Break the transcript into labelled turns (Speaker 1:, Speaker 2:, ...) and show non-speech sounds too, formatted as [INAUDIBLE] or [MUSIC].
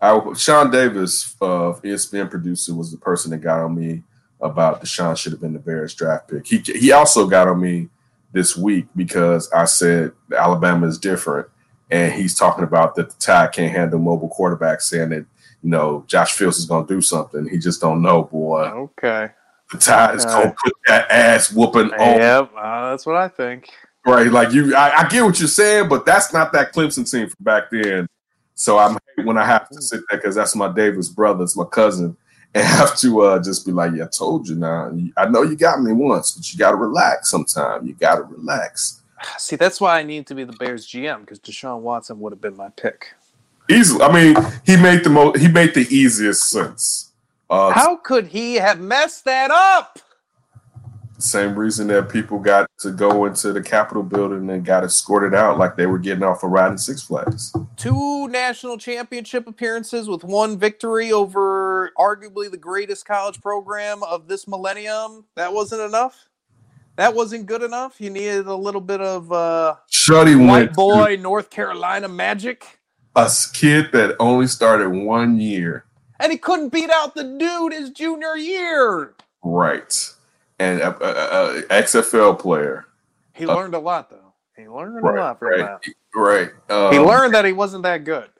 Speaker 1: I, Sean Davis uh, E of ESPN producer was the person that got on me about Deshaun should have been the Bears draft pick. He he also got on me this week because I said Alabama is different, and he's talking about that the Tide can't handle mobile quarterbacks, saying that you know Josh Fields is going to do something. He just don't know, boy.
Speaker 2: Okay.
Speaker 1: The Tide is
Speaker 2: Okay.
Speaker 1: going to put that ass whooping on.
Speaker 2: Yep, uh, that's what I think.
Speaker 1: Right, like you, I, I get what you're saying, but that's not that Clemson team from back then. So I'm hate when I have to sit there because that's my Davis brother, it's my cousin, [LAUGHS] and have to uh, just be like, "Yeah, I told you now. I know you got me once, but you got to relax sometime. You got to relax."
Speaker 2: See, that's why I need to be the Bears GM because Deshaun Watson would have been my pick.
Speaker 1: Easily, I mean, he made the most. He made the easiest sense. Uh,
Speaker 2: How could he have messed that up?
Speaker 1: same reason that people got to go into the Capitol building and got escorted out like they were getting off a ride in Six Flags.
Speaker 2: Two national championship appearances with one victory over arguably the greatest college program of this millennium. That wasn't enough. That wasn't good enough. You needed a little bit of uh,
Speaker 1: Shuddy went.
Speaker 2: white
Speaker 1: to-
Speaker 2: boy North Carolina magic.
Speaker 1: a kid that only started one year
Speaker 2: And he couldn't beat out the dude his junior year.
Speaker 1: right and a, a, a- a xfl player
Speaker 2: He
Speaker 1: Uh,
Speaker 2: learned a lot, though. He learned a
Speaker 1: right
Speaker 2: lot from
Speaker 1: right
Speaker 2: that.
Speaker 1: right um,
Speaker 2: He learned that he wasn't that good.